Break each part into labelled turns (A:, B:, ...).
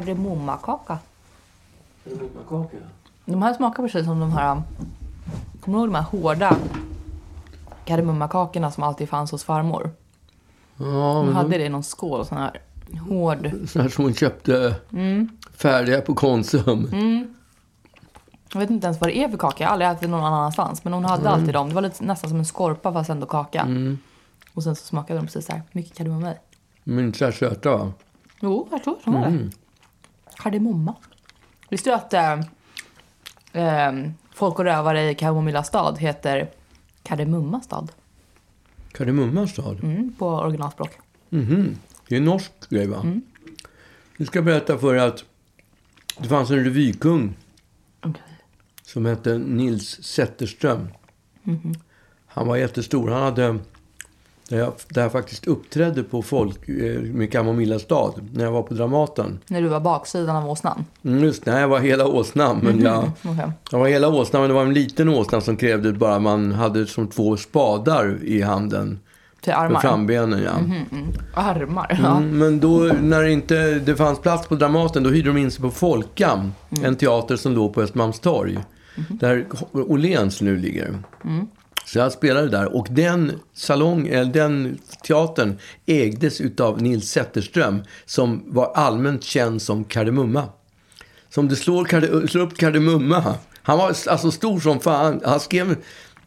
A: kardemummakaka.
B: Kardemummakaka.
A: De här smakar precis som de här... Kommer du ihåg de här hårda kardemummakakorna som alltid fanns hos farmor?
B: Ja,
A: De
B: men
A: hade det i någon skål, sån här hård.
B: de- sådana här som hon köpte färdiga på Konsum.
A: Jag vet inte ens vad det är för kaka. Jag har aldrig ätit någon annanstans. Men hon hade alltid dem. Det var lite, nästan som en skorpa fast ändå kaka. Och sen så smakade de precis så här. Mycket kardemumma i.
B: Men inte så här söta va?
A: Jo, jag tror de var det. Mm. Kardemumma. Visste du att eh, eh, Folk och rövare i Kamomilla stad heter Kardemumma stad?
B: Kardemumma stad.
A: Mm, på originalspråk.
B: Mhm. Det är en norsk grej va? Jag ska berätta för er att det fanns en revykung
A: Okay.
B: som hette Nils Zetterström. Han var jättestor. Han hade, där jag, där jag faktiskt uppträdde på folk eh, med Kamomilla stad när jag var på Dramaten.
A: När du var baksidan av åsnan.
B: Mm, Just det, jag var hela åsnan. Men jag,
A: Okej.
B: jag var hela åsnan, men det var en liten åsna som krävde bara att man hade som två spadar i handen.
A: Till
B: För
A: armar.
B: frambenen ja.
A: Armar, ja.
B: Mm, Men då när det inte det fanns plats på Dramaten då hyrde de in sig på Folkam. En teater som låg på Östermalmstorg. Där Åhléns nu ligger. Så jag spelade där. Och den salong, eller den teatern ägdes utav Nils Zetterström. Som var allmänt känd som Kardemumma. Som det slår, karde, slår upp Kardemumma. Han var alltså stor som fan. Han skrev,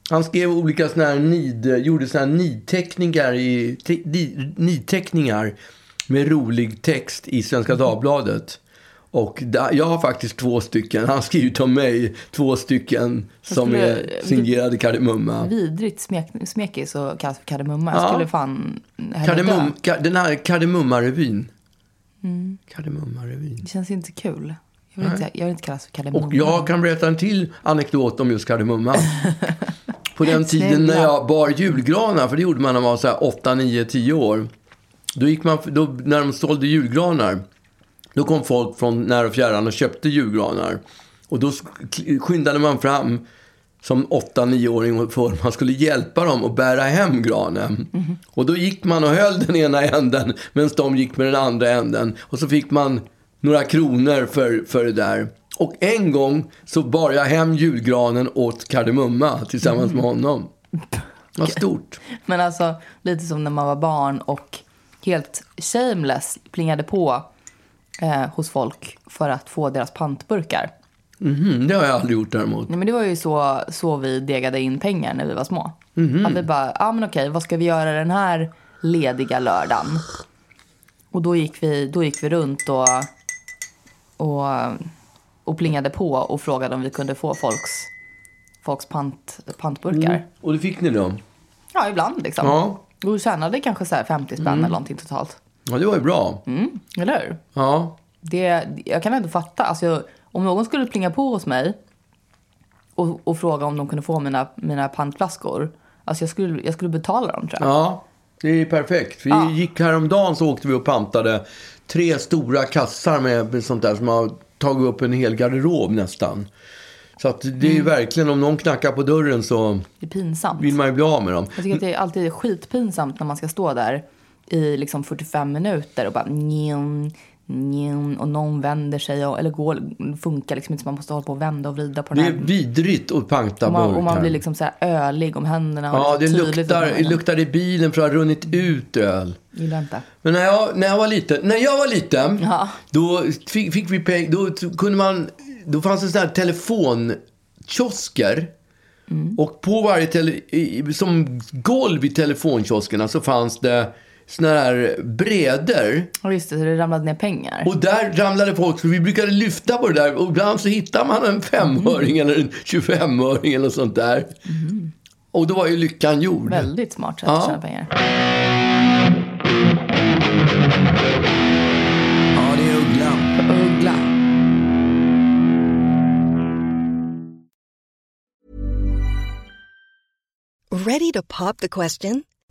B: han skrev olika såna här nid, gjorde såna här nidteckningar, i, te, di, nidteckningar med rolig text i Svenska Dagbladet. Och där, jag har faktiskt två stycken. Han har skrivit om mig två stycken som
A: skulle-
B: är signerade Kardemumma.
A: Vidrigt smek, smekis och kallas för kardemumma. Jag
B: Ja.
A: skulle fan hellre dö.
B: Kardemum, ka, den här Kardemummarevyn. Kardemummarevyn.
A: Det känns inte kul. Jag vill, inte, jag vill inte kallas för kardemumma.
B: Och jag kan berätta en till anekdot om just kardemumma. På den tiden
A: Snälla.
B: när jag bar julgranar, för det gjorde man när man var så här 8, 9, 10 år. Då gick man, då, när de sålde julgranar, då kom folk från när och fjärran och köpte julgranar. Och då sk- skyndade man fram som 8-9-åring för man skulle hjälpa dem att bära hem granen. Och då gick man och höll den ena änden medan de gick med den andra änden. Och så fick man några kronor för, för det där. Och en gång så bar jag hem julgranen åt Kardemumma tillsammans med honom. Vad stort.
A: Men alltså, lite som när man var barn och helt shameless plingade på eh, hos folk för att få deras pantburkar.
B: Mhm, det har jag aldrig gjort däremot.
A: Nej, men det var ju så, så vi degade in pengar när vi var små. Att vi bara, ja ah, men okej, vad ska vi göra den här lediga lördagen? Och då gick vi, då gick vi runt och, och, och plingade på och frågade om vi kunde få folks, folks pant, pantburkar.
B: Och det fick ni då?
A: Ja, ibland liksom.
B: Mm. Ja.
A: Då tjänade kanske så här 50 spänn eller någonting totalt.
B: Ja, det var ju bra.
A: Mm, eller hur?
B: Ja.
A: Det, jag kan ändå fatta. Alltså, jag, om någon skulle plinga på hos mig och, och fråga om de kunde få mina, mina pantflaskor. Alltså jag skulle, jag skulle betala dem tror jag.
B: Ja, det är perfekt. Vi
A: Ja.
B: gick häromdagen så åkte vi och pantade tre stora kassar med, med sånt där som har tagit upp en hel garderob nästan. Så att det är
A: Mm.
B: ju verkligen, om någon knackar på dörren så
A: Det är pinsamt.
B: vill man ju bli av med dem.
A: Jag tycker att det är alltid skitpinsamt när man ska stå där i liksom 45 minuter och bara njun, njun, och någon vänder sig och, eller går, funkar liksom inte så man måste hålla på och vända och vrida på
B: Det
A: den
B: är
A: här.
B: vidrigt att panta
A: Mm. Och man, och man
B: burkar.
A: blir liksom så här ölig om händerna. Och
B: Ja, det
A: liksom tydligt att
B: luktar,
A: man-
B: det luktar i bilen för att ha runnit ut öl.
A: Gillar inte.
B: Men när jag, när jag var liten, när jag var liten,
A: Ja.
B: då fick, fick vi peng, då t- kunde man, då fanns det sådana här telefonkiosker.
A: Mm.
B: Och på varje, tele, i- som golv i telefonkioskerna så fanns det sådana här breder.
A: Och just det, så det ramlade ner pengar.
B: Och där ramlade folk, så vi brukade lyfta på det där. Och ibland så hittade man en femöring
A: Mm.
B: eller en 25-öring eller något sånt där. Och då var ju lyckan gjord.
A: Väldigt smart sätt
B: Ja.
A: att tjäna pengar.
B: Ja, det är ugglan.
A: Uggla.
C: Ready to pop the question?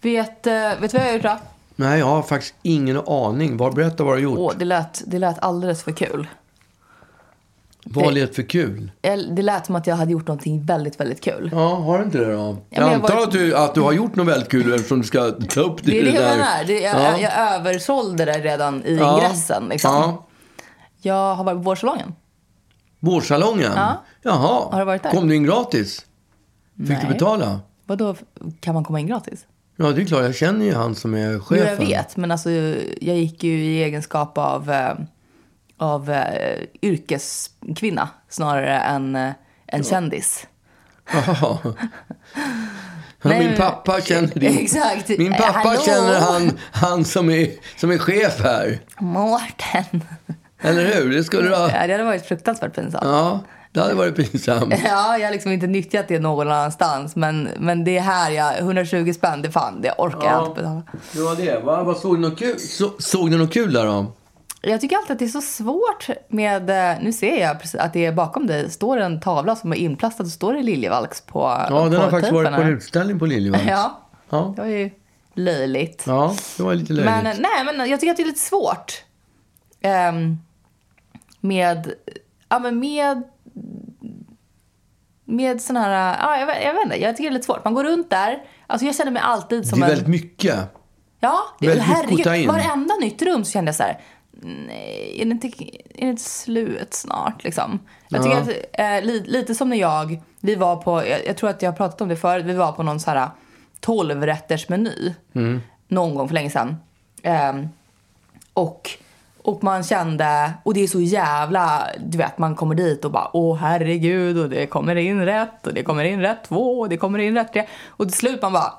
A: Vet, eh, vet du vad jag har gjort då?
B: Nej, jag har faktiskt ingen aning. Vad, berätta vad du har gjort.
A: Åh, det, lät, det lät alldeles för kul.
B: vad är det för kul?
A: Eller, Det lät som att jag hade gjort någonting väldigt, väldigt kul.
B: Ja, har du inte det då?
A: jag
B: jag antar
A: var-
B: att, du, att du har gjort något väldigt kul eftersom du ska ta upp det
A: Det är det
B: där.
A: jag menar. Det, jag,
B: Ja.
A: jag översålde det redan i
B: Ja.
A: ingressen. Liksom.
B: Ja.
A: Jag har varit på vårsalongen.
B: Vårsalongen?
A: Ja.
B: Jaha.
A: Har du varit där?
B: Kom du in gratis? Fick
A: Nej.
B: du betala?
A: Vadå, kan man komma in gratis?
B: Ja, det är klart. Jag känner ju han som är
A: Jo,
B: chefen.
A: jag vet. Men alltså, jag gick ju i egenskap av, eh, av eh, yrkeskvinna snarare än eh, en kändis.
B: Jaha. Ja,
A: Nej,
B: min
A: men-
B: pappa känner det.
A: Exakt.
B: Min
A: Eh,
B: pappa
A: hallå?
B: känner han, han som, är, som är chef här.
A: Mårten.
B: Eller hur? Det skulle du ha...
A: Ja, det hade varit fruktansvärt pinsamt.
B: Ja, det hade varit pinsamt.
A: Ja, jag har liksom inte nyttjat det någon annanstans. Men, men det är här jag, 120 spänn, det fan, det orkar jag
B: Ja.
A: inte betala.
B: Det var det. Va? Vad såg du något kul? Så, såg du något kul där då?
A: Jag tycker alltid att det är så svårt med, eh, nu ser jag precis att det är bakom dig står en tavla som är inplastad och står det Liljevalchs på
B: Ja, den har faktiskt varit på en
A: tejpen
B: utställning på Liljevalchs.
A: här. Ja,
B: Ja.
A: det var ju löjligt.
B: ja, det var lite löjligt.
A: Men eh, nej, men jag tycker att det är lite svårt. ehm, med, ja men med, med sån här, ja jag, vet- jag vet inte, jag tycker det är lite svårt. Man går runt där, alltså jag känner mig alltid som
B: det är
A: en...
B: väldigt mycket.
A: Ja, det,
B: Väldigt mycket att ta
A: herregud.
B: in.
A: Varenda nytt rum så kände jag så här, nej, är det inte, är det inte slut snart liksom? Jag tycker att, eh, li, lite som när jag, vi var på, jag, jag tror att jag har pratat om det förut, vi var på någon så här 12-rättersmeny någon gång för länge sedan. Ehm, och, och man kände, och det är så jävla, du vet man kommer dit och bara åh herregud och det kommer in rätt och det kommer in rätt två och det kommer in rätt tre. Och till slut man bara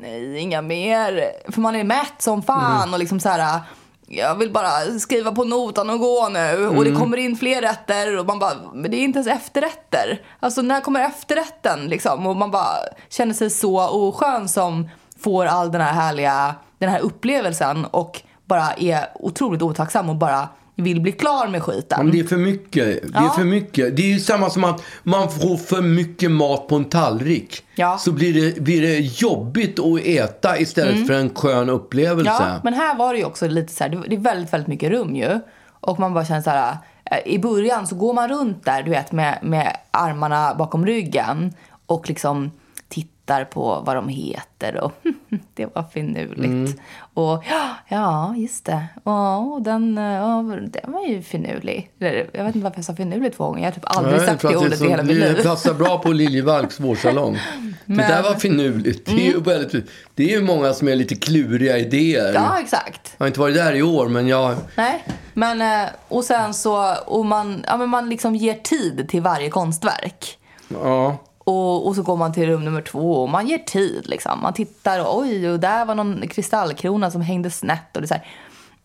A: nej inga mer. För man är mätt som fan och liksom så här. Jag vill bara skriva på notan och gå nu. Och det kommer in fler rätter och man bara, men det är inte ens efterrätter. Alltså när kommer efterrätten liksom? Och man bara känner sig så oskön som får all den här härliga, den här upplevelsen och bara är otroligt otacksam och bara vill bli klar med skiten.
B: Om det är för mycket. Det är
A: Ja.
B: för mycket. Det är ju samma som att man får för mycket mat på en tallrik.
A: Ja.
B: Så blir det, blir det jobbigt att äta istället för en skön upplevelse.
A: Mm. Ja, men här var det ju också lite så här, det- det är väldigt, väldigt mycket rum ju. Och man bara känner så här, eh, i början så går man runt där, du vet, med, med armarna bakom ryggen och liksom tittar på vad de heter och det var
B: Mm.
A: finurligt. Och "Ja, ja, just det. Ja, och den, eh, ja, den var ju finurlig. Eller, Jag vet inte varför jag sa finurlig två gånger. Jag har typ aldrig
B: Nej,
A: sagt
B: för
A: det
B: att är
A: ordet
B: så-
A: i hela mitt
B: det
A: liv.
B: passar bra på Liljevalchs vårsalong. Det där var finurligt. Det är,
A: Mm.
B: ju väldigt, det är ju många som är lite kluriga idéer.
A: Ja, exakt.
B: Jag har inte varit där i år, men jag...
A: Nej, men eh, och sen så, och man, ja, men man liksom ger tid till varje konstverk.
B: Ja.
A: Och, och så går man till rum nummer två och man ger tid liksom. Man tittar och oj, och där var någon kristallkrona som hängde snett och det är så här.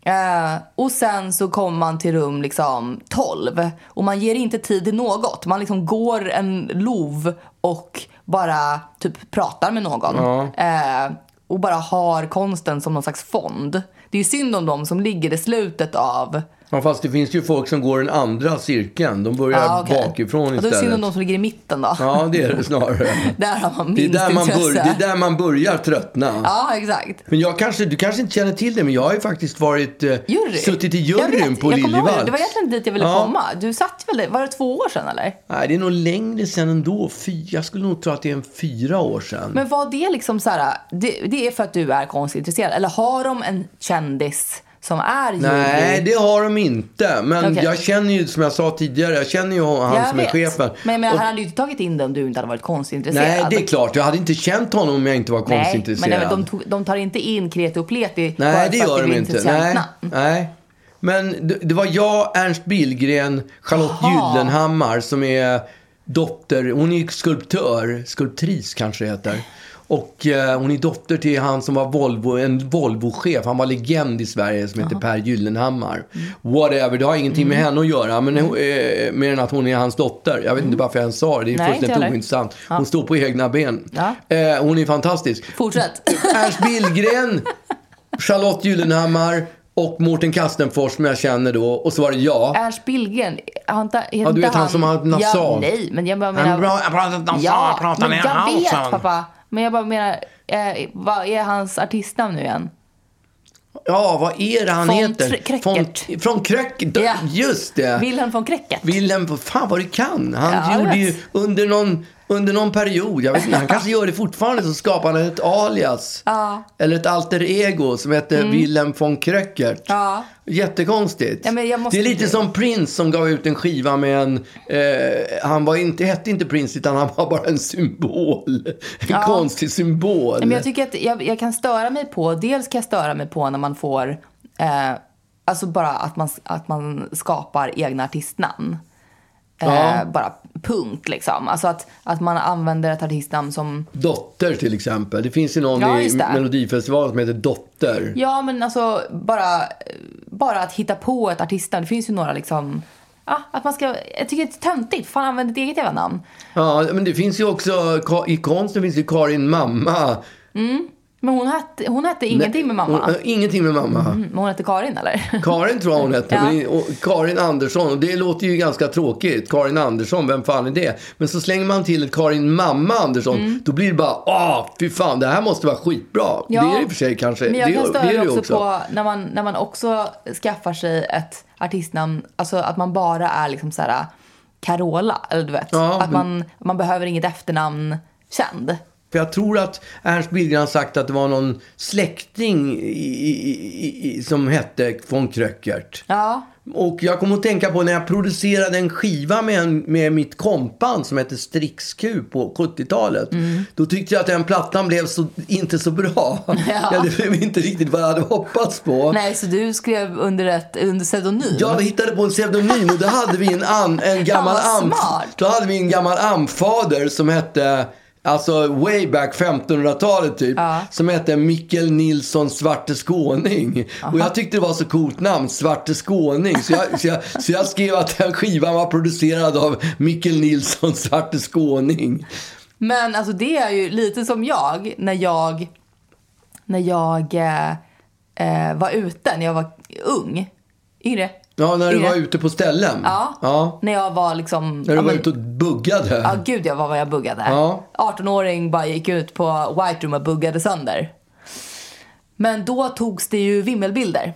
A: Eh, och sen så kommer man till rum liksom 12 och man ger inte tid till något. Man liksom går en lov och bara typ pratar med någon. Eh, och bara har konsten som någon slags fond. Det är ju synd om dem som ligger i slutet av
B: ja, fast det finns ju folk som går den andra cirkeln. De börjar
A: Ja, Ah, okej.
B: bakifrån
A: Ja, Då är det synd om
B: istället.
A: de som ligger i mitten då.
B: Ja, det är det snarare.
A: Där har man
B: Det är,
A: minst
B: där man bör, det
A: intresse.
B: är där man börjar tröttna.
A: Ja, exakt.
B: Men jag kanske, du kanske inte känner till det, men jag har ju faktiskt varit, eh,
A: Jury.
B: suttit i
A: Jag
B: juryn
A: vet,
B: på
A: jag kommer ihåg det.
B: Liljevalchs.
A: Det var egentligen dit jag ville
B: Ja.
A: komma. Du satt väl där- Var det två år sedan eller?
B: Nej, det är nog längre sedan ändå. Fy, jag skulle nog tro att det är en fyra år sedan.
A: Men var det liksom så här, det, det är för att du är konstintresserad? Eller har de en kändis som är ljuvlig.
B: Nej, det har de inte. Men
A: Okej.
B: jag känner ju, som jag sa tidigare, jag känner ju han
A: Jag
B: som är
A: vet.
B: chefen.
A: Men, men
B: Och-
A: han hade ju inte tagit in det om du inte hade varit konstintresserad.
B: nej, det är klart. Jag hade inte känt honom om jag inte var
A: Nej,
B: konstintresserad.
A: men nej, men de, tog, de tar inte in kreti och pleti bara
B: Nej, det
A: för att
B: gör de
A: blir
B: inte.
A: intressant
B: Nej,
A: namn.
B: nej. Men det, det var jag, Ernst Billgren, Charlotte
A: Jaha.
B: Gyllenhammar som är dotter. Hon är skulptör, skulptris kanske det heter. Och eh, hon är dotter till han som var Volvo, en Volvo-chef. Han var legend i Sverige som heter Per Gyllenhammar. Whatever, det har ingenting
A: Mm.
B: med henne att göra. Men, eh, mer än att hon är hans dotter. Jag vet inte varför jag ens sa det. Det är
A: Mm. Nej, inte
B: fullständigt
A: heller.
B: ointressant. Hon står på egna ben.
A: Ja.
B: Eh, hon är fantastisk.
A: Fortsätt.
B: Ernst Billgren, Charlotte Gyllenhammar och Mårten Kastenfors som jag känner då. Och så var det jag.
A: Ernst Billgren, han, inte- heter
B: Ja, du
A: inte
B: vet han som har ett nasal.
A: Ja, nej, men jag bara menar...
B: Han bra- jag pratar inte om
A: ja,
B: jag pratar
A: men
B: ner
A: jag vet
B: halsen.
A: pappa. Men jag bara menar, eh, vad är hans artistnamn nu igen?
B: Ja, vad är det han
A: Von
B: heter?
A: Tr- Kräckert.
B: Von, från Kräckert.
A: Ja.
B: Just det.
A: Wilhelm von Kräcket.
B: Wilhelm, fan vad du kan. Han
A: Ja, jag
B: gjorde ju
A: vet.
B: under någon, under någon period, jag vet inte, han kanske gör det fortfarande, så skapade han ett alias. Eller ett alter ego som hette Wilhelm von Kräckert.
A: Mm. Ja.
B: Jättekonstigt.
A: Ja, men jag måste-
B: Det är lite som Prince som gav ut en skiva med en... Eh, han var inte, hette inte Prince utan han var bara en symbol. En konstig symbol.
A: Men jag tycker att jag, jag kan störa mig på, dels kan jag störa mig på när man får, eh, alltså bara att man, att man skapar egna artistnamn.
B: Ja.
A: Eh, bara punkt liksom. Alltså att, att man använder ett artistnamn som,
B: Dotter till exempel. Det finns ju någon
A: Ja,
B: i
A: just det.
B: Melodifestivalen som heter Dotter.
A: ja men alltså bara, bara att hitta på ett artistnamn. Det finns ju några liksom, ja att man ska, jag tycker det är töntigt. Fan använd ditt eget jävla namn.
B: Ja, men det finns ju också, Ka- i konsten finns ju Karin mamma.
A: Men hon hette, hon hette ingenting med mamma.
B: Hon, äh, ingenting med mamma.
A: Mm, men hon hette Karin eller?
B: Karin tror jag hon hette,
A: Ja.
B: men, och Karin Andersson. Och det låter ju ganska tråkigt. Karin Andersson, vem fan är det? Men så slänger man till ett Karin mamma Andersson.
A: Mm.
B: Då blir det bara, ah, fy fan, det här måste vara skitbra.
A: Ja,
B: det är det i och för sig kanske.
A: Men jag
B: det,
A: kan
B: är-
A: störa
B: det är det ju
A: också,
B: också.
A: på när man, när man också skaffar sig ett artistnamn, alltså att man bara är liksom så här Carola, eller du vet.
B: Ja,
A: att man, man behöver inget efternamn känd.
B: För jag tror att Ernst Billgren har sagt att det var någon släkting i, i, i, i, som hette von Kröckert.
A: Ja.
B: Och jag kommer att tänka på när jag producerade en skiva med, en, med mitt kompband som hette Strix-Q på 70-talet. Då tyckte jag att den plattan blev så, inte så bra. Ja, det blev inte riktigt vad jag hade hoppats på.
A: Nej, så du skrev under ett under pseudonym?
B: Jag hittade på en pseudonym och då hade vi en, an, en gammal
A: Fan,
B: am,
A: vad smart.
B: Då hade vi en gammal amfader som hette Alltså way back 1500-talet typ. Som hette Mikkel Nilsson Svarte Skåning. Och jag tyckte det var så coolt namn, Svarte Skåning. Så jag, så jag, så jag skrev att den skivan var producerad av Mikkel Nilsson Svarte Skåning.
A: Men alltså det är ju lite som jag när jag, när jag eh, eh, var ute, när jag var ung, yngre.
B: Ja, när du
A: Yngre.
B: var ute på ställen.
A: Ja. När jag var liksom...
B: När du
A: ja,
B: var
A: men-
B: ute och buggade.
A: Ja, gud jag var vad jag buggade.
B: Ja.
A: 18-åring bara gick ut på White Room och buggade sönder. Men då togs det ju vimmelbilder.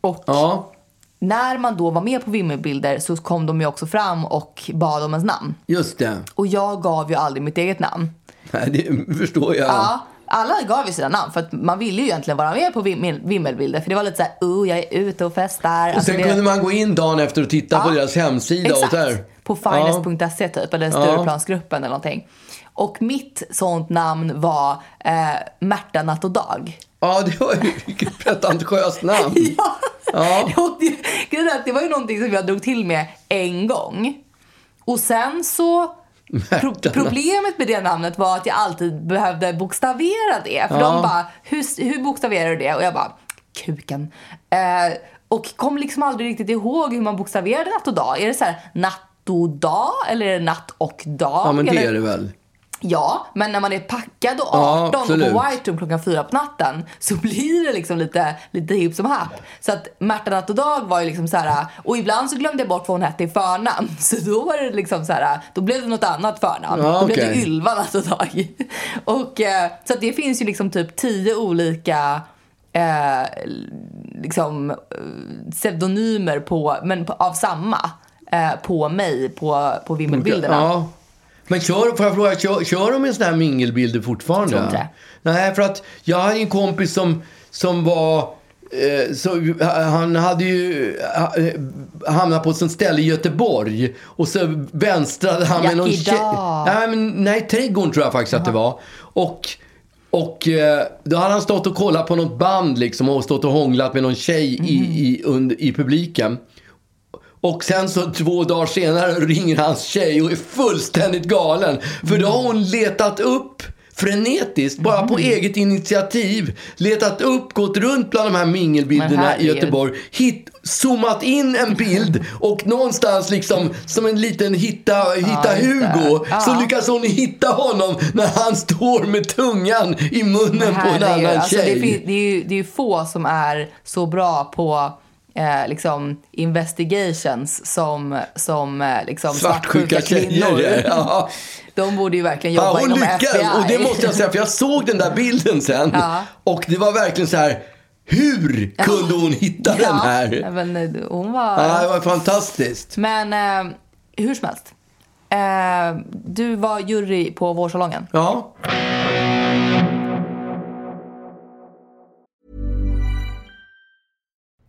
A: Och
B: Ja,
A: när man då var med på vimmelbilder så kom de ju också fram och bad om ens namn.
B: just det.
A: Och jag gav ju aldrig mitt eget namn.
B: Nej, det förstår jag.
A: Ja, alla gav ju sina namn för att man ville ju egentligen vara med på vimmel, vimmelbilder. För det var lite såhär, oh jag är ute och festar. Alltså,
B: Och sen
A: det...
B: kunde man gå in dagen efter och titta på deras hemsida.
A: Exakt.
B: Och där.
A: På finest.se typ, eller Stureplansgruppen eller någonting. Och mitt sånt namn var eh, Märta Natt och Dag.
B: Ja, det var ju vilket pretentiöst namn.
A: Ja.
B: Ja.
A: Och det, grejen är att det var ju någonting som jag drog till med en gång. Och sen så... Pro
B: Natt.
A: problemet med det namnet var att jag alltid behövde bokstavera det. För de bara, hur, hur bokstaverar du det? Och jag bara, kuken. Eh, och kom liksom aldrig riktigt ihåg hur man bokstaverade natt och dag. Är det så här natt och dag? Eller är det natt och dag?
B: Ja, men det
A: eller?
B: är det väl.
A: Ja, men när man är packad och 18
B: Ja,
A: och på
B: absolut.
A: White Room klockan fyra på natten så blir det liksom lite, lite hipp som happ. Så att Märta Natt och Dag var ju liksom så här och ibland så glömde jag bort vad hon hette i förnamn. Så då var det liksom så här, då blev det något annat förnamn.
B: Ja,
A: Då blev det
B: okej.
A: Ylva Natt och Dag. Och eh, så att det finns ju liksom typ tio olika eh, liksom eh, pseudonymer på, men på, av samma. eh, På mig, på, på vimmelbilderna.
B: Ja. Men kör, får jag fråga, kör, kör de med sådana här mingelbilder fortfarande?
A: Jag tror inte det.
B: Nej, för att jag hade en kompis som, som var Eh, Så han hade ju eh, hamnat på ett ställe i Göteborg och så vänstrade han med någon
A: Jackie Dahl.
B: Nej, men, nej, trädgården tror jag faktiskt att det var. Och, och eh, då hade han stått och kollat på något band liksom och stått och hånglat med någon tjej i, i, under, i publiken. Och sen så två dagar senare ringer hans tjej och är fullständigt galen. För då har hon letat upp frenetiskt, bara på
A: Mm.
B: eget initiativ. Letat upp, gått runt bland de här
A: Men
B: mingelbilderna i
A: herregud.
B: Göteborg. Hit, zoomat in en bild och någonstans liksom som en liten hitta, hitta
A: just det.
B: Hugo. Så
A: Ja.
B: lyckas hon hitta honom när han står med tungan i munnen på en
A: Herregud,
B: annan
A: alltså,
B: tjej.
A: det, fin- det, är ju, det är ju få som är så bra på eh, liksom investigations som, som eh, liksom svartsjuka, kvinnor.
B: tjejer. Ja.
A: De borde ju verkligen jobba
B: Ja, hon
A: inom
B: lyckades.
A: FBI.
B: Och det måste jag säga, för jag såg den där bilden sen.
A: Ja.
B: Och det var verkligen så här, hur kunde hon hitta
A: Ja,
B: den här?
A: Men, eh, hon var...
B: Ja, det var fantastiskt.
A: Men eh, hur som helst. Eh, du var jury på Vårsalongen.
B: Ja.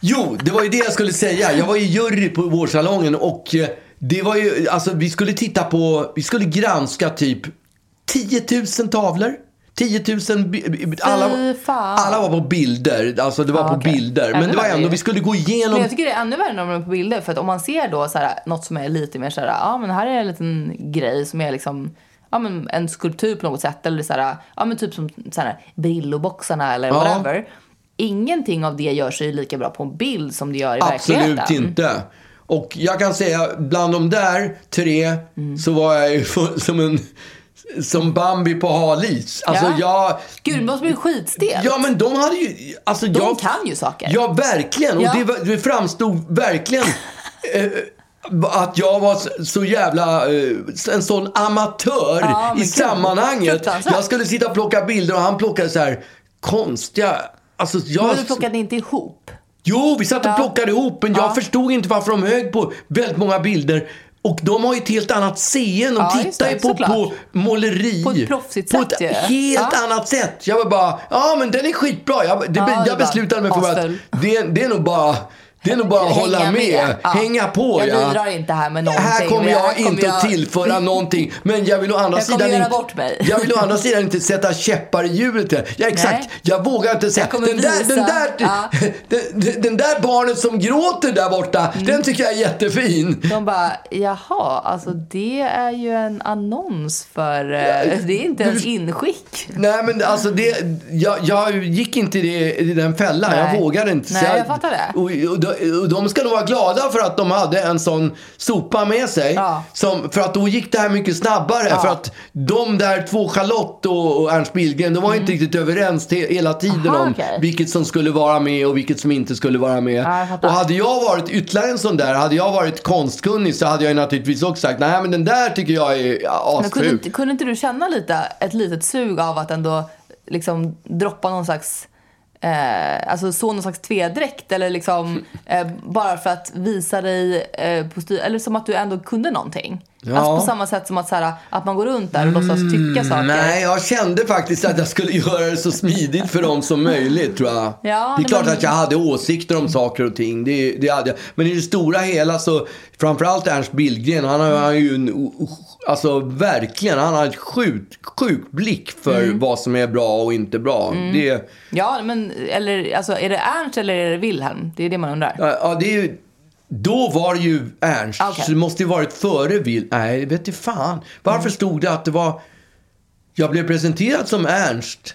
B: Jo, det var ju det jag skulle säga. Jag var ju jury på vårsalongen och eh, det var ju, alltså vi skulle titta på, vi skulle granska typ 10 000 tavlor. 10 000, bi- bi- alla,
A: Fy fan.
B: alla var på bilder. Alltså det var
A: Ja,
B: på
A: okej.
B: bilder. Men
A: Ännu
B: det var
A: värre
B: ändå,
A: ju.
B: vi skulle gå
A: Men
B: igenom
A: jag tycker det är ännu värre när man är på bilder. För att om man ser då så här, något som är lite mer så här, ja men här är en liten grej som är liksom Ja, men en skulptur på något sätt eller så här, ja, men typ som så här, Brilloboxarna eller
B: Ja.
A: whatever. Ingenting av det gör sig lika bra på en bild som det gör i verkligheten. Mm.
B: Absolut inte. Och jag kan säga, bland de där tre
A: Mm.
B: så var jag ju full, som en som Bambi på halis. Alltså
A: Ja.
B: jag...
A: Gud, det måste bli skitstelt.
B: Ja men de hade ju... Alltså
A: De
B: jag,
A: kan ju saker.
B: Ja verkligen.
A: Ja.
B: Och det, var- det framstod verkligen eh, att jag var så- så jävla... Eh, en sån amatör
A: Ja, men
B: i
A: gud.
B: sammanhanget.
A: Fruktansvärt.
B: Jag skulle sitta och plocka bilder och han plockade så här konstiga... Alltså jag...
A: Men du plockade inte ihop.
B: Jo, vi satt och
A: Ja.
B: plockade ihop, men jag
A: Ja.
B: förstod inte varför de högg på väldigt många bilder. Och de har ju ett helt annat seende. De
A: Ja, just
B: tittar ju
A: det,
B: på,
A: såklart.
B: på måleri.
A: På ett proffsigt
B: På
A: sätt
B: ett
A: ju.
B: helt
A: Ja.
B: annat sätt. Jag var bara, ja men den är skitbra. Jag, det,
A: Ja, det
B: jag
A: var
B: beslutade mig för att
A: asfull.
B: det, det är nog bara, det är nog bara att hålla
A: Hänga
B: med.
A: Ja.
B: Hänga på
A: Jag
B: ja.
A: bidrar inte här med någonting.
B: Här kommer
A: Det
B: jag
A: kommer
B: inte
A: jag-
B: att tillföra någonting. Men jag vill å andra
A: Jag kommer
B: sidan
A: göra
B: inte...
A: bort mig.
B: Jag vill å andra sidan inte sätta käppar i hjulet. här. Ja, exakt.
A: Nej.
B: Jag vågar inte säga.
A: Jag kommer
B: den, där,
A: visa.
B: den, där,
A: Ja.
B: den, den- den där barnet som gråter där borta,
A: Mm.
B: den tycker jag är jättefin.
A: De bara, jaha, alltså det är ju en annons för... eh, Det är inte ens inskick.
B: Nej men alltså det, jag, jag gick inte i, det, i den fällan. Jag
A: Nej.
B: vågade inte.
A: Nej,
B: Så
A: jag fattar det.
B: Och, och, de- och de ska nog vara glada för att de hade en sån sopa med sig.
A: Ja.
B: Som, för att då gick det här mycket snabbare. För att de där två, Charlotte och, och Ernst Billgren, de var inte riktigt överens te, hela tiden
A: Mm. Aha,
B: om
A: okej.
B: vilket som skulle vara med och vilket som inte skulle vara med.
A: Ja, jag fattar.
B: och hade jag varit ytterligare en sån där, hade jag varit konstkunnig så hade jag ju naturligtvis också sagt nej men den där tycker jag är
A: Men kunde,
B: asful.
A: inte, kunde inte du känna lite, ett litet sug av att ändå liksom droppa någon slags... Eh, alltså så någon slags tvedräkt eller liksom eh, bara för att visa dig eh, på styr, Eller som att du ändå kunde någonting.
B: Ja. Mm,
A: Alltså på samma sätt som att, så här, att man går runt där och låtsas tycka saker.
B: Nej, jag kände faktiskt att jag skulle göra det så smidigt för dem som möjligt tror jag.
A: Ja,
B: det är
A: men-
B: klart att jag hade åsikter om saker och ting. Det, det hade jag. Men i det stora hela så, framförallt Ernst Billgren, han har han har ju en, o- o- alltså verkligen, han har ett sjukt, sjuk blick för
A: Mm.
B: vad som är bra och inte bra. Det,
A: Ja, men eller, alltså, är det Ernst eller är det Wilhelm? Det är det man undrar.
B: ja, ja, det är ju, då var det ju Ernst,
A: Okej.
B: så det måste ju varit före Will. Nej, vet du fan. Varför stod det att det var, jag blev presenterad som Ernst.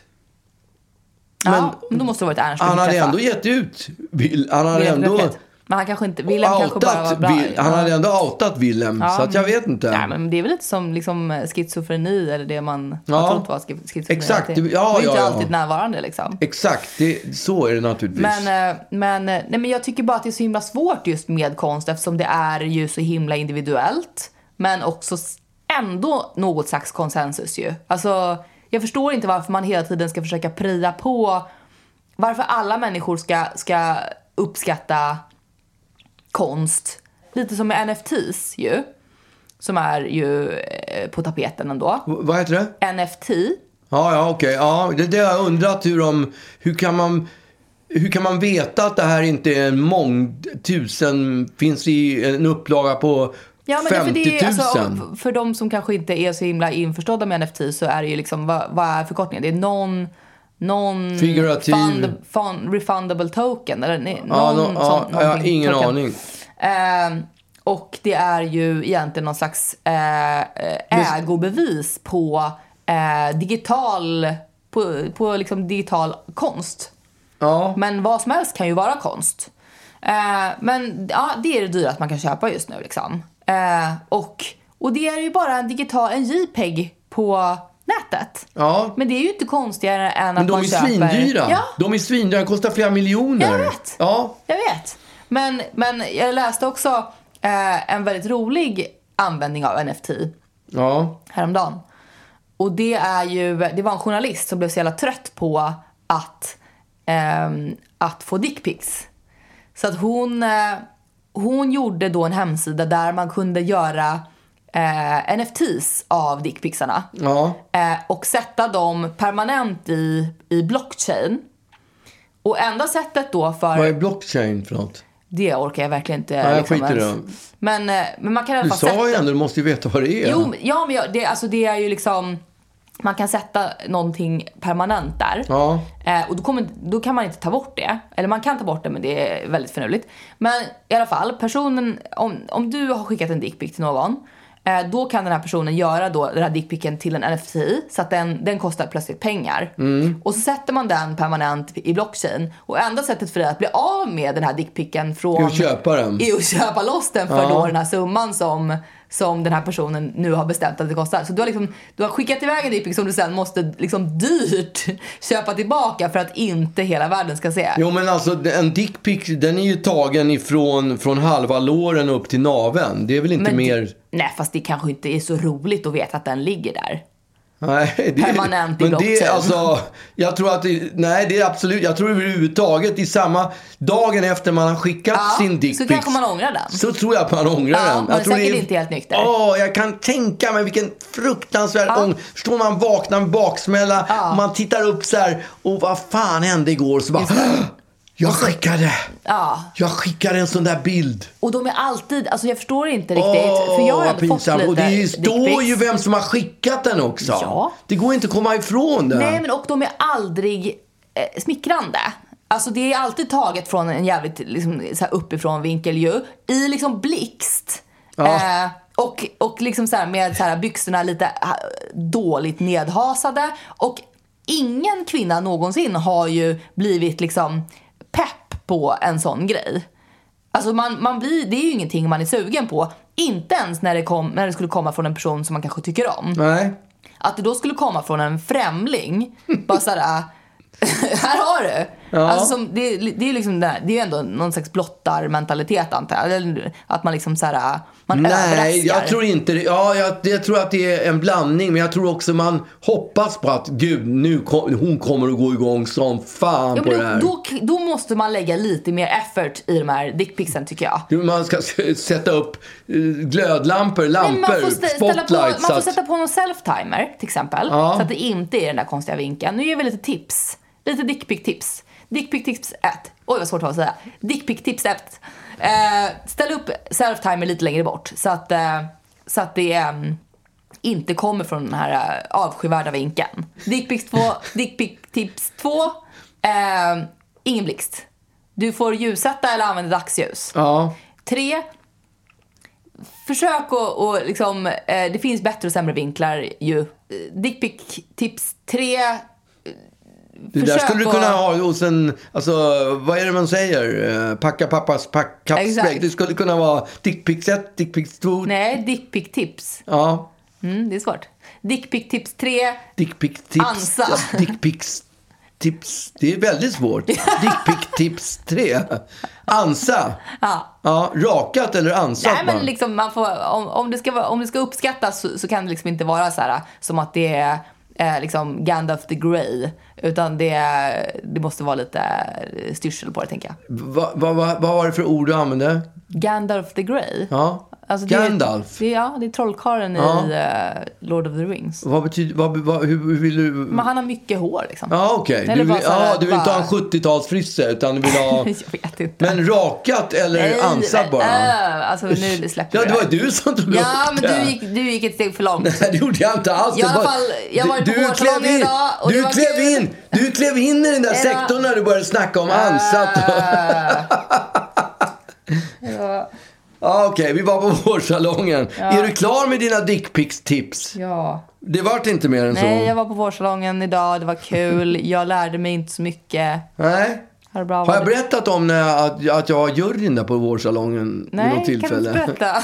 A: Men,
B: men-
A: ja, men då måste det varit Ernst vi
B: Han
A: fick
B: hade
A: träffa.
B: ändå gett ut Will, han hade
A: Wilhelm
B: ändå
A: Löfgren. Men han kanske inte, Wilhelm kanske bara var
B: outat,
A: bra.
B: Will, han hade ändå outat Willem.
A: Ja,
B: så att jag
A: men-
B: vet inte.
A: Nej, men det är väl lite som liksom, schizofreni eller det man
B: Ja.
A: har trott var schizofreni.
B: Exakt,
A: alltid.
B: det- ja,
A: Man är
B: ja,
A: inte
B: ja.
A: alltid närvarande liksom.
B: Exakt, det, så är det naturligtvis.
A: Men, eh, men, eh, nej, men jag tycker bara att det är så himla svårt just med konst eftersom det är ju så himla individuellt. Men också s- ändå något slags konsensus ju. Alltså, jag förstår inte varför man hela tiden ska försöka prya på varför alla människor ska, ska uppskatta konst. Lite som med NFTs ju. Som är ju eh, på tapeten ändå.
B: V- Vad heter det?
A: NFT
B: Ja, ja, okej. Ja, det, det har jag undrat hur de... Hur kan man... Hur kan man veta att det här inte är en mång... Tusen... Finns i en upplaga på
A: Ja, men
B: 50 000?
A: det, för, det, alltså, om- för de som kanske inte är så himla införstådda med NFT så är det ju liksom, vad, vad är förkortningen? Det är non, non
B: Figurativ.
A: fund, fund, refundable token. Eller nej, någon
B: ja, no,
A: sån,
B: ja, jag har
A: någonting
B: ingen
A: token.
B: aning.
A: Eh, och det är ju egentligen någon slags eh, eh, ägobevis på eh, digital, på, på liksom digital konst.
B: Ja.
A: Men vad som helst kan ju vara konst. Eh, men ja, det är det dyraste man kan köpa just nu. Liksom. Eh, och, och det är ju bara en digital, en JPEG på nätet.
B: Ja.
A: Men det är ju inte konstigare än att
B: Men de
A: man
B: är
A: köper...
B: svindyra.
A: Ja,
B: De är svindyra. De kostar flera miljoner.
A: Jag vet.
B: Ja.
A: jag vet. Men, men jag läste också eh, en väldigt rolig användning av NFT
B: Ja.
A: häromdagen. Och det är ju, det var en journalist som blev så jävla trött på att, ehm, att få dickpics. Så att hon, eh, hon gjorde då en hemsida där man kunde göra eh, NFTs av dickpicsarna.
B: Ja.
A: Eh, och sätta dem permanent i, i blockchain. Och enda sättet då för...
B: Vad är blockchain för något?
A: Det orkar jag verkligen inte. liksom
B: jag skiter i
A: ens.
B: det.
A: Men, eh, men man kan i alla
B: Du
A: fall
B: sa ju
A: sätta-
B: ändå, du måste ju veta vad det är.
A: Jo, men- ja, men jag, det, alltså det är ju liksom... Man kan sätta någonting permanent där.
B: Ja.
A: Eh, och då, kommer, då kan man inte ta bort det. Eller man kan ta bort det, men det är väldigt förnuligt. Men i alla fall, personen... Om, om du har skickat en dickpic till någon, eh, då kan den här personen göra då den här dickpicen till en NFT, så att den, den kostar plötsligt pengar.
B: Mm.
A: Och så sätter man den permanent i blockchain. Och enda sättet för dig att bli av med den här dickpicen från...
B: Är att köpa den.
A: är att köpa loss den för
B: Ja.
A: då den här summan som, som den här personen nu har bestämt att det kostar. Så du har, liksom, du har skickat iväg en dickpic som du sen måste liksom dyrt köpa tillbaka för att inte hela världen ska se.
B: Jo men alltså en dickpic den är ju tagen ifrån från halva låren upp till naveln. Det är väl inte
A: Men
B: mer...
A: det- Nej, fast det kanske inte är så roligt att veta att den ligger där.
B: Nej, det,
A: Permanent i
B: men det
A: blockchain.
B: är alltså, jag tror att det, nej det är absolut, jag tror överhuvudtaget i samma, dagen efter man har skickat sin dickpic.
A: så kanske man ångrar den.
B: Så tror jag att man ångrar
A: Ja,
B: den.
A: man
B: jag
A: är
B: tror
A: säkert inte helt nykter.
B: Ja, jag kan tänka mig vilken fruktansvärd
A: Ja.
B: ång. Förstår man vaknar med baksmälla,
A: Ja.
B: man tittar upp så här och vad fan hände igår? Så bara, jag skickade,
A: Ja.
B: jag skickade en sån där bild.
A: Och de är alltid, alltså jag förstår inte riktigt. för jag har
B: vad
A: ändå fått
B: pinsamt.
A: lite
B: Och det står
A: dickpics.
B: ju vem som har skickat den också.
A: Ja.
B: Det går inte att komma ifrån det.
A: Nej, men och de är aldrig eh, smickrande. Alltså det är alltid taget från en jävligt liksom, så här uppifrån vinkel ju. I liksom blixt.
B: Ja.
A: Eh, och, och liksom så här med så här byxorna lite ah, dåligt nedhasade. Och ingen kvinna någonsin har ju blivit liksom pepp på en sån grej. Alltså man, man blir, det är ju ingenting man är sugen på. Inte ens när det, kom, när det skulle komma från en person som man kanske tycker om.
B: Nej.
A: Att det då skulle komma från en främling. Bara såhär, äh, här har du. Alltså som, det, är- det är liksom det, här- det är ju ändå någon slags blottarmentalitet antar jag. Eller Att man liksom så här, man
B: Nej,
A: överraskar.
B: jag tror inte det. Ja, jag, jag tror att det är en blandning. Men jag tror också man hoppas på att gud, nu kom, hon kommer att gå igång som fan
A: Ja,
B: på det
A: men
B: här.
A: då, då, då måste man lägga lite mer effort i de här dickpicsen tycker jag.
B: Du, Man ska s- sätta upp eh, glödlampor,
A: Nej,
B: lampor,
A: men man får, stä- ställa på,
B: spotlights.
A: man får
B: att-
A: sätta på någon self-timer till exempel.
B: Ja.
A: Så att det inte är den där konstiga vinkeln. Nu ger vi lite tips. Lite dickpick-tips. Dickpick-tips 1. Oj vad svårt det var att säga. Dickpick-tips 1. Eh, ställ upp self-timer lite längre bort. Så att, eh, så att det eh, inte kommer från den här eh, avskyvärda vinkeln. Dickpick 2. Dickpick-tips 2. Eh, ingen blixt. Du får ljussätta eller använda dagsljus.
B: Ja.
A: Tre, försök att och liksom, eh, det finns bättre och sämre vinklar ju. Eh, Dickpick tips tre,
B: Det där
A: Försök
B: skulle du
A: att-
B: kunna ha hos en, alltså vad är det man säger? Eh, Packa pappas packkappsvägg.
A: Exakt.
B: Det skulle kunna vara dickpics 1, dickpics 2.
A: nej dickpick tips.
B: Ja,
A: Mm, det är svårt. Dickpick tips tre,
B: dickpics tips.
A: Ansa.
B: Ja, dickpics tips. Det är väldigt svårt. Dickpic tips 3. Ansa.
A: ja.
B: Ja, rakat eller ansat
A: Nej men
B: man.
A: liksom man får, om, om, det ska, vara- om det ska uppskattas så, så kan det liksom inte vara så här som att det är eh, liksom Gandalf the Grey. Utan det, det måste vara lite eh, styrsel på det tänker jag.
B: Va- va- va- Vad var det för ord du använde?
A: Gandalf the Grey.
B: Ja.
A: Alltså, det är-
B: Gandalf.
A: Det, är- ja, det är trollkarlen i eh, Lord of the Rings.
B: Vad betyder, vad, vad, hur, hur vill du?
A: Men han har mycket hår liksom.
B: Ja, okej.
A: Eller
B: Du, vill-
A: bara så här,
B: ja, du vill inte ha en
A: bara-
B: 70-talsfrissa utan du vill ha...
A: Jag vet inte.
B: Men rakat eller
A: Nej,
B: ansat
A: men,
B: bara?
A: äh, alltså nu släpper
B: Ja,
A: du
B: det var ju du som tog
A: Ja,
B: upp
A: men du gick, du gick ett steg för långt.
B: Nej, det gjorde jag inte alls.
A: I alla
B: Det var-
A: fall, jag har varit på hårsalongen
B: klev in-
A: idag och
B: du
A: det var
B: klev
A: kul. Ah.
B: in, Du klev in i den där
A: Era-
B: sektorn när du började snacka om ansatt. och-
A: Ja,
B: Ja, Okej, vi var på hårsalongen. Är du klar med dina dickpics-tips?
A: ja.
B: Det vart inte mer än
A: Nej,
B: så.
A: jag var på vårsalongen idag, det var kul. Jag lärde mig inte så mycket.
B: Nej.
A: Ha det bra.
B: Har jag berättat om när jag, att, att jag har juryn där på vårsalongen vid något
A: Nej, kan du
B: tillfälle?
A: inte berätta?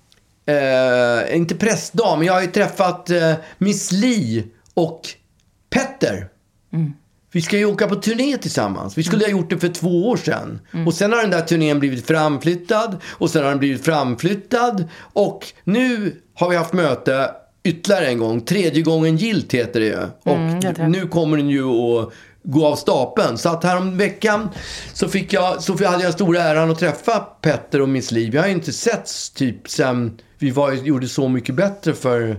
B: eh, inte pressdag, men jag har ju träffat eh, Miss Li och Petter. Vi ska ju åka på turné tillsammans. Vi skulle ha gjort det för två år sedan. Och sen har den där turnén blivit framflyttad. Och sen har den blivit framflyttad. Och nu har vi haft möte ytterligare en gång. Tredje gången gillt heter det ju. Och nu kommer den ju att gå av stapeln. Så att häromveckan så, fick jag, så hade jag stora äran att träffa Petter och Miss Li. Vi har ju inte setts typ sen vi var, gjorde Så mycket bättre för,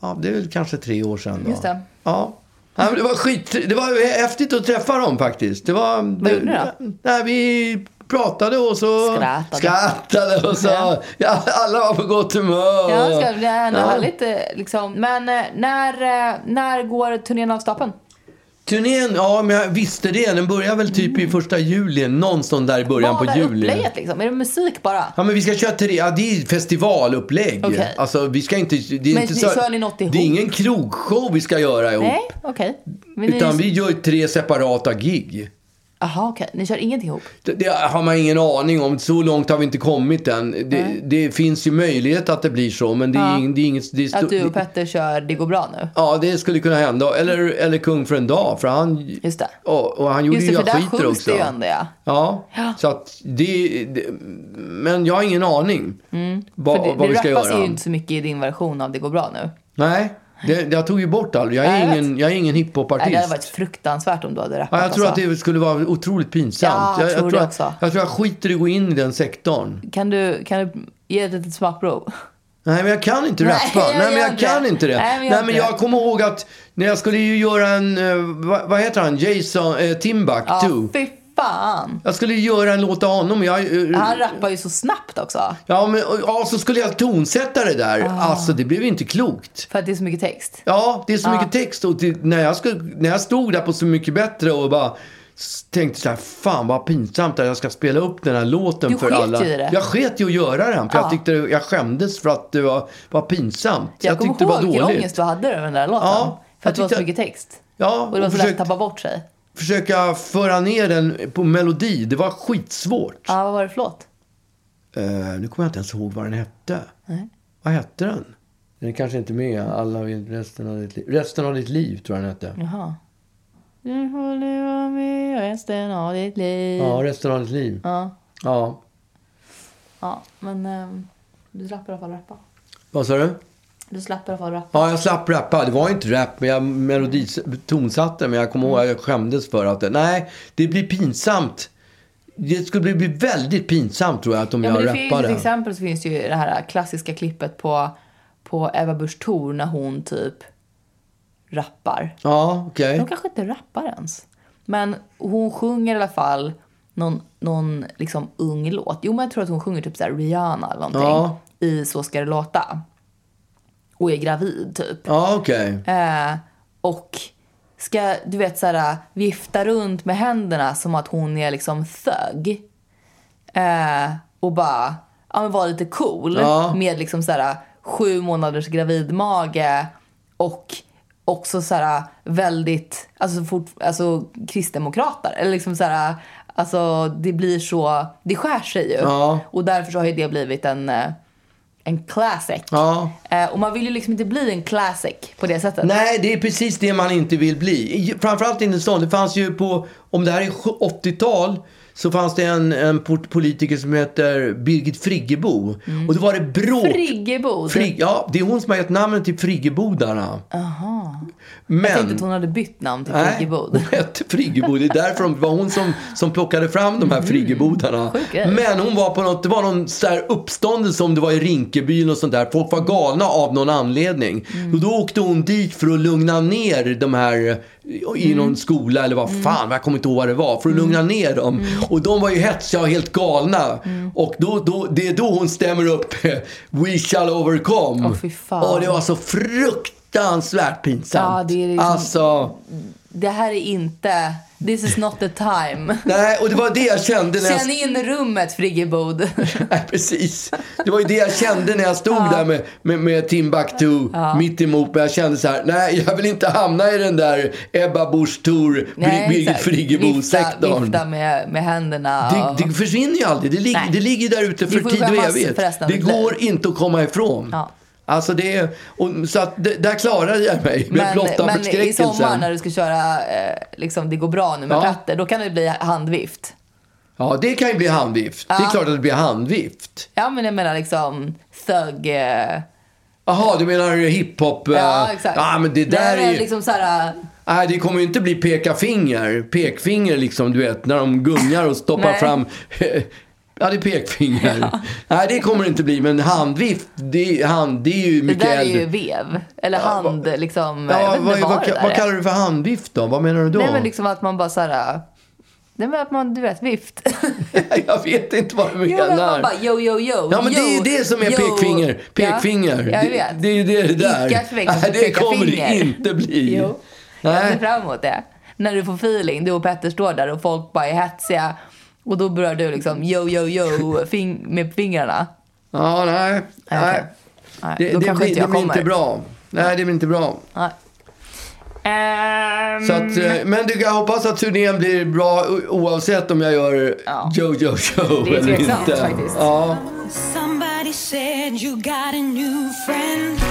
B: ja det är väl kanske tre år sedan. Då.
A: Just det.
B: Ja. Ja, men det var skit. Det var häftigt att träffa dem faktiskt. Det var... Vad
A: gjorde ni
B: då? Nej, vi pratade och så...
A: Skrattade.
B: Skrattade och så...
A: Ja.
B: Ja, alla var på gott humör.
A: Ja, det ska- det är ändå
B: Ja.
A: härligt eh, liksom. Men eh, när, eh, när går turnén av stapeln?
B: Turnén, ja men jag visste det. Den börjar väl typ i första juli. Någonstans där i början
A: Vad
B: på
A: är
B: juli.
A: Mm. upplägget liksom? Är det musik bara?
B: Ja men vi ska köra tre, ja, det är festivalupplägg.
A: Okej.
B: Alltså vi ska inte, det är
A: Men
B: inte
A: ni- kör ni något ihop?
B: Det är ingen krogshow vi ska göra ihop.
A: Nej, okej. Men ni-
B: Utan vi gör ju tre separata gig.
A: Jaha, okej. Ni kör ingenting ihop?
B: Det, det har man ingen aning om. Så långt har vi inte kommit än. Det, det finns ju möjlighet att det blir så, men det är, ing, det är inget... Det är
A: Att
B: sto-
A: du och
B: det-
A: Petter kör Det går bra nu?
B: Ja, det skulle kunna hända. Eller, eller Kung för en dag, för han...
A: Just det.
B: Och, och han gjorde
A: Just det,
B: ju
A: för
B: Jag
A: där
B: skiter
A: sjungs
B: också.
A: det ju ändå ja.
B: Ja, så att det, det... Men jag har ingen aning vad,
A: Mm. För det,
B: vad vi
A: det
B: ska
A: rappas
B: göra.
A: ju inte så mycket i din version av Det går bra nu.
B: Nej. Det, jag tog ju bort all, jag är
A: Nej, jag
B: ingen, jag är ingen hiphopartist.
A: Nej, det hade varit fruktansvärt om du hade rappat.
B: Ja, jag tror att
A: alltså.
B: det skulle vara otroligt pinsamt.
A: Ja, jag tror det
B: att-
A: också.
B: jag tror jag skiter i att gå in i den sektorn.
A: kan, du, kan du ge ett litet smakprov?
B: Nej men jag kan inte
A: Nej,
B: rappa.
A: jag
B: Nej men
A: gör
B: jag
A: inte
B: kan
A: det.
B: inte det.
A: Nej, men jag
B: Nej men
A: inte.
B: jag kommer ihåg att när jag skulle ju göra en, eh, vad, vad heter han, Jason eh,
A: Ja,
B: Timbuktu.
A: fy fan.
B: jag skulle ju göra en låt av honom. Jag, eh,
A: Han rappar ju så snabbt också.
B: ja men och- ja, så skulle jag tonsätta det där. Alltså det blev inte klokt.
A: För att det är så mycket text.
B: Ja, det är så mycket text. Och det, när, jag skulle, när jag stod där på Så mycket bättre och bara s- tänkte så här, fan vad pinsamt att jag ska spela upp den här låten
A: Du
B: för
A: sket
B: alla.
A: ju i det.
B: Jag sket ju att göra den. För jag
A: Ja.
B: tyckte det- jag skämdes för att det var, var pinsamt.
A: Jag, kommer
B: tyckte det var
A: ihåg vilken
B: dåligt.
A: ångest du hade över den där låten.
B: Ja,
A: för
B: jag
A: att det var så
B: tyckte-
A: mycket text.
B: Ja,
A: Och det var
B: och
A: så lätt att
B: försökt,
A: tappa bort sig.
B: försöka föra ner den på melodi. Det var skitsvårt.
A: Ja, vad var det för låt?
B: Eh, nu kommer jag inte ens ihåg vad den hette.
A: Nej.
B: Vad hette den? Den är kanske inte med. Alla vill resten av ditt liv. Resten av ditt liv tror jag den hette.
A: Jaha. Du får leva med resten av ditt liv.
B: Ja, resten av ditt liv.
A: Ja,
B: Ja.
A: ja men ehm, du slapp i alla fall rappa.
B: Vad sa du?
A: Du slapp i alla fall rappa.
B: Ja, jag slapp rappa. Det var inte rap, men jag melodis- tonsatte. Men jag kommer ihåg att jag skämdes för att det, nej, det blir pinsamt. Det skulle bli- bli väldigt pinsamt tror jag att om
A: Ja, men
B: jag
A: det finns ju liksom- till
B: rappade.
A: exempel så finns det ju det här klassiska klippet på, på Ebba Busch Thor när hon typ rappar.
B: Ja, okej.
A: De kanske inte rappar ens. Men hon sjunger i alla fall någon, någon liksom ung låt. Jo, men jag tror att hon sjunger typ så här Rihanna eller någonting.
B: Ja.
A: I Så ska det låta. Och är gravid typ.
B: Ja, okej.
A: Eh, och ska, du vet, så här, eh, vifta runt med händerna som att hon är liksom thug. Eh, och bara ja, men vara lite cool
B: Ja.
A: med liksom så här, sju månaders gravidmage och också så här, eh, väldigt alltså, fort, alltså kristdemokrater. Eller liksom så här, alltså, det blir så, det skär sig ju.
B: Ja.
A: Och därför så har ju det blivit en, eh, en classic.
B: Ja.
A: Eh, och man vill ju liksom inte bli en classic på det sättet.
B: Nej, det är precis det man inte vill bli. I- Framförallt inte sån. Det fanns ju på, om det här är sj- 80-tal, så fanns det en, en port- politiker som heter Birgit Friggebo. Och då var det bråk.
A: Mm. Friggebo.
B: Frig, ja, det är hon som har gett namnet till Friggebodarna. Men,
A: Jag tänkte att hon hade bytt namn till Friggebod.
B: Nej, hon hette Friggebod. Det är därför de- det var hon som, som plockade fram de här friggebodarna.
A: sjuk Mm. grej.
B: Men hon var på något, det var någon så här uppståndelse om det var i Rinkeby och sånt där. Folk var galna av någon anledning.
A: Mm.
B: Och då åkte hon dit för att lugna ner de här
A: Mm.
B: i någon skola eller vad fan, jag kommer inte ihåg vad det var. För att lugna ner dem.
A: Mm.
B: Och de var ju hetsiga och helt galna. Och då, då, det är då hon stämmer upp We shall overcome.
A: Åh, fy fan.
B: och det var så fruktansvärt pinsamt.
A: Ja, det är liksom-
B: Alltså...
A: Det här är inte... This is not the time.
B: Nej, alltså- och det var det jag kände när jag...
A: Känn in rummet, Friggebod.
B: Nej, precis. Det var ju det jag kände när jag stod där med, med, med Timbuktu mitt emot mig. Jag kände så här, nej, jag vill inte hamna i den där Ebba Busch Thor, Bri-
A: Nej,
B: Birgit
A: exakt. Vifta,
B: Friggebo-sektorn.
A: vifta med, med händerna. och-
B: Det, det försvinner ju aldrig. Det, lig,
A: Nej.
B: det ligger där ute
A: Du
B: för
A: får
B: tid och
A: skämmas
B: evighet.
A: för resten av
B: Det
A: ditt liv.
B: går inte att komma ifrån.
A: Ja.
B: Alltså det är, och, så att det, där klarade jag mig med blotta
A: men i sommar när
B: förskräckelsen.
A: du ska köra eh, liksom, Det går bra nu med
B: Ja.
A: Petter, då kan det bli handvift.
B: Ja, det kan ju bli handvift. Det är klart att det blir handvift.
A: Ja, men jag menar liksom thug... Eh,
B: Jaha, du menar hiphop? eh,
A: ja, exakt.
B: Ja, men det där
A: Nej, men
B: är ju...
A: liksom så här...
B: Nej, det kommer ju inte bli peka finger. Pekfinger liksom, du vet, när de gungar och stoppar
A: Nej.
B: fram... Ja, det är pekfinger. Nej, det kommer det inte bli. Men handvift, det, är- hand, det är ju
A: Det
B: mycket
A: där är ju
B: äldre.
A: vev. Eller hand, liksom. jag
B: Ja,
A: vet
B: vad,
A: inte
B: vad,
A: vad det där
B: vad
A: är.
B: kallar du för handvift då? Vad menar du då?
A: Nej, men liksom att man bara så här... Nej, men att man, du vet, vift.
B: Jag vet inte vad du
A: liksom- Jo, men att man
B: menar.
A: bara yo, yo, yo.
B: Ja, men det är ju
A: yo,
B: det som är
A: yo.
B: pekfinger. Pekfinger.
A: Ja, jag
B: Det-
A: vet.
B: Det, är ju det det där.
A: Icke att förväxlas
B: Nej,
A: med
B: det kommer det
A: pekafinger.
B: inte bli.
A: Jo. Jag ser
B: Nej.
A: fram emot det. När du får feeling, du och Petter står där och folk bara är hetsiga. Och då börjar du liksom yo, yo, yo fing- med fingrarna.
B: Ja, nej.
A: Nej,
B: nej.
A: okej. Nej,
B: Det,
A: då
B: det,
A: kanske
B: blir,
A: inte
B: det
A: jag
B: blir
A: kommer.
B: inte bra. Nej, det blir inte bra.
A: Nej. Ehm,
B: Så att, eh, men du, jag hoppas att turnén blir bra o- oavsett om jag gör
A: Ja.
B: Jojo Joe
A: det är
B: eller
A: tveksamt
B: inte.
A: faktiskt.
B: Ja.
D: Somebody said you got a new friend.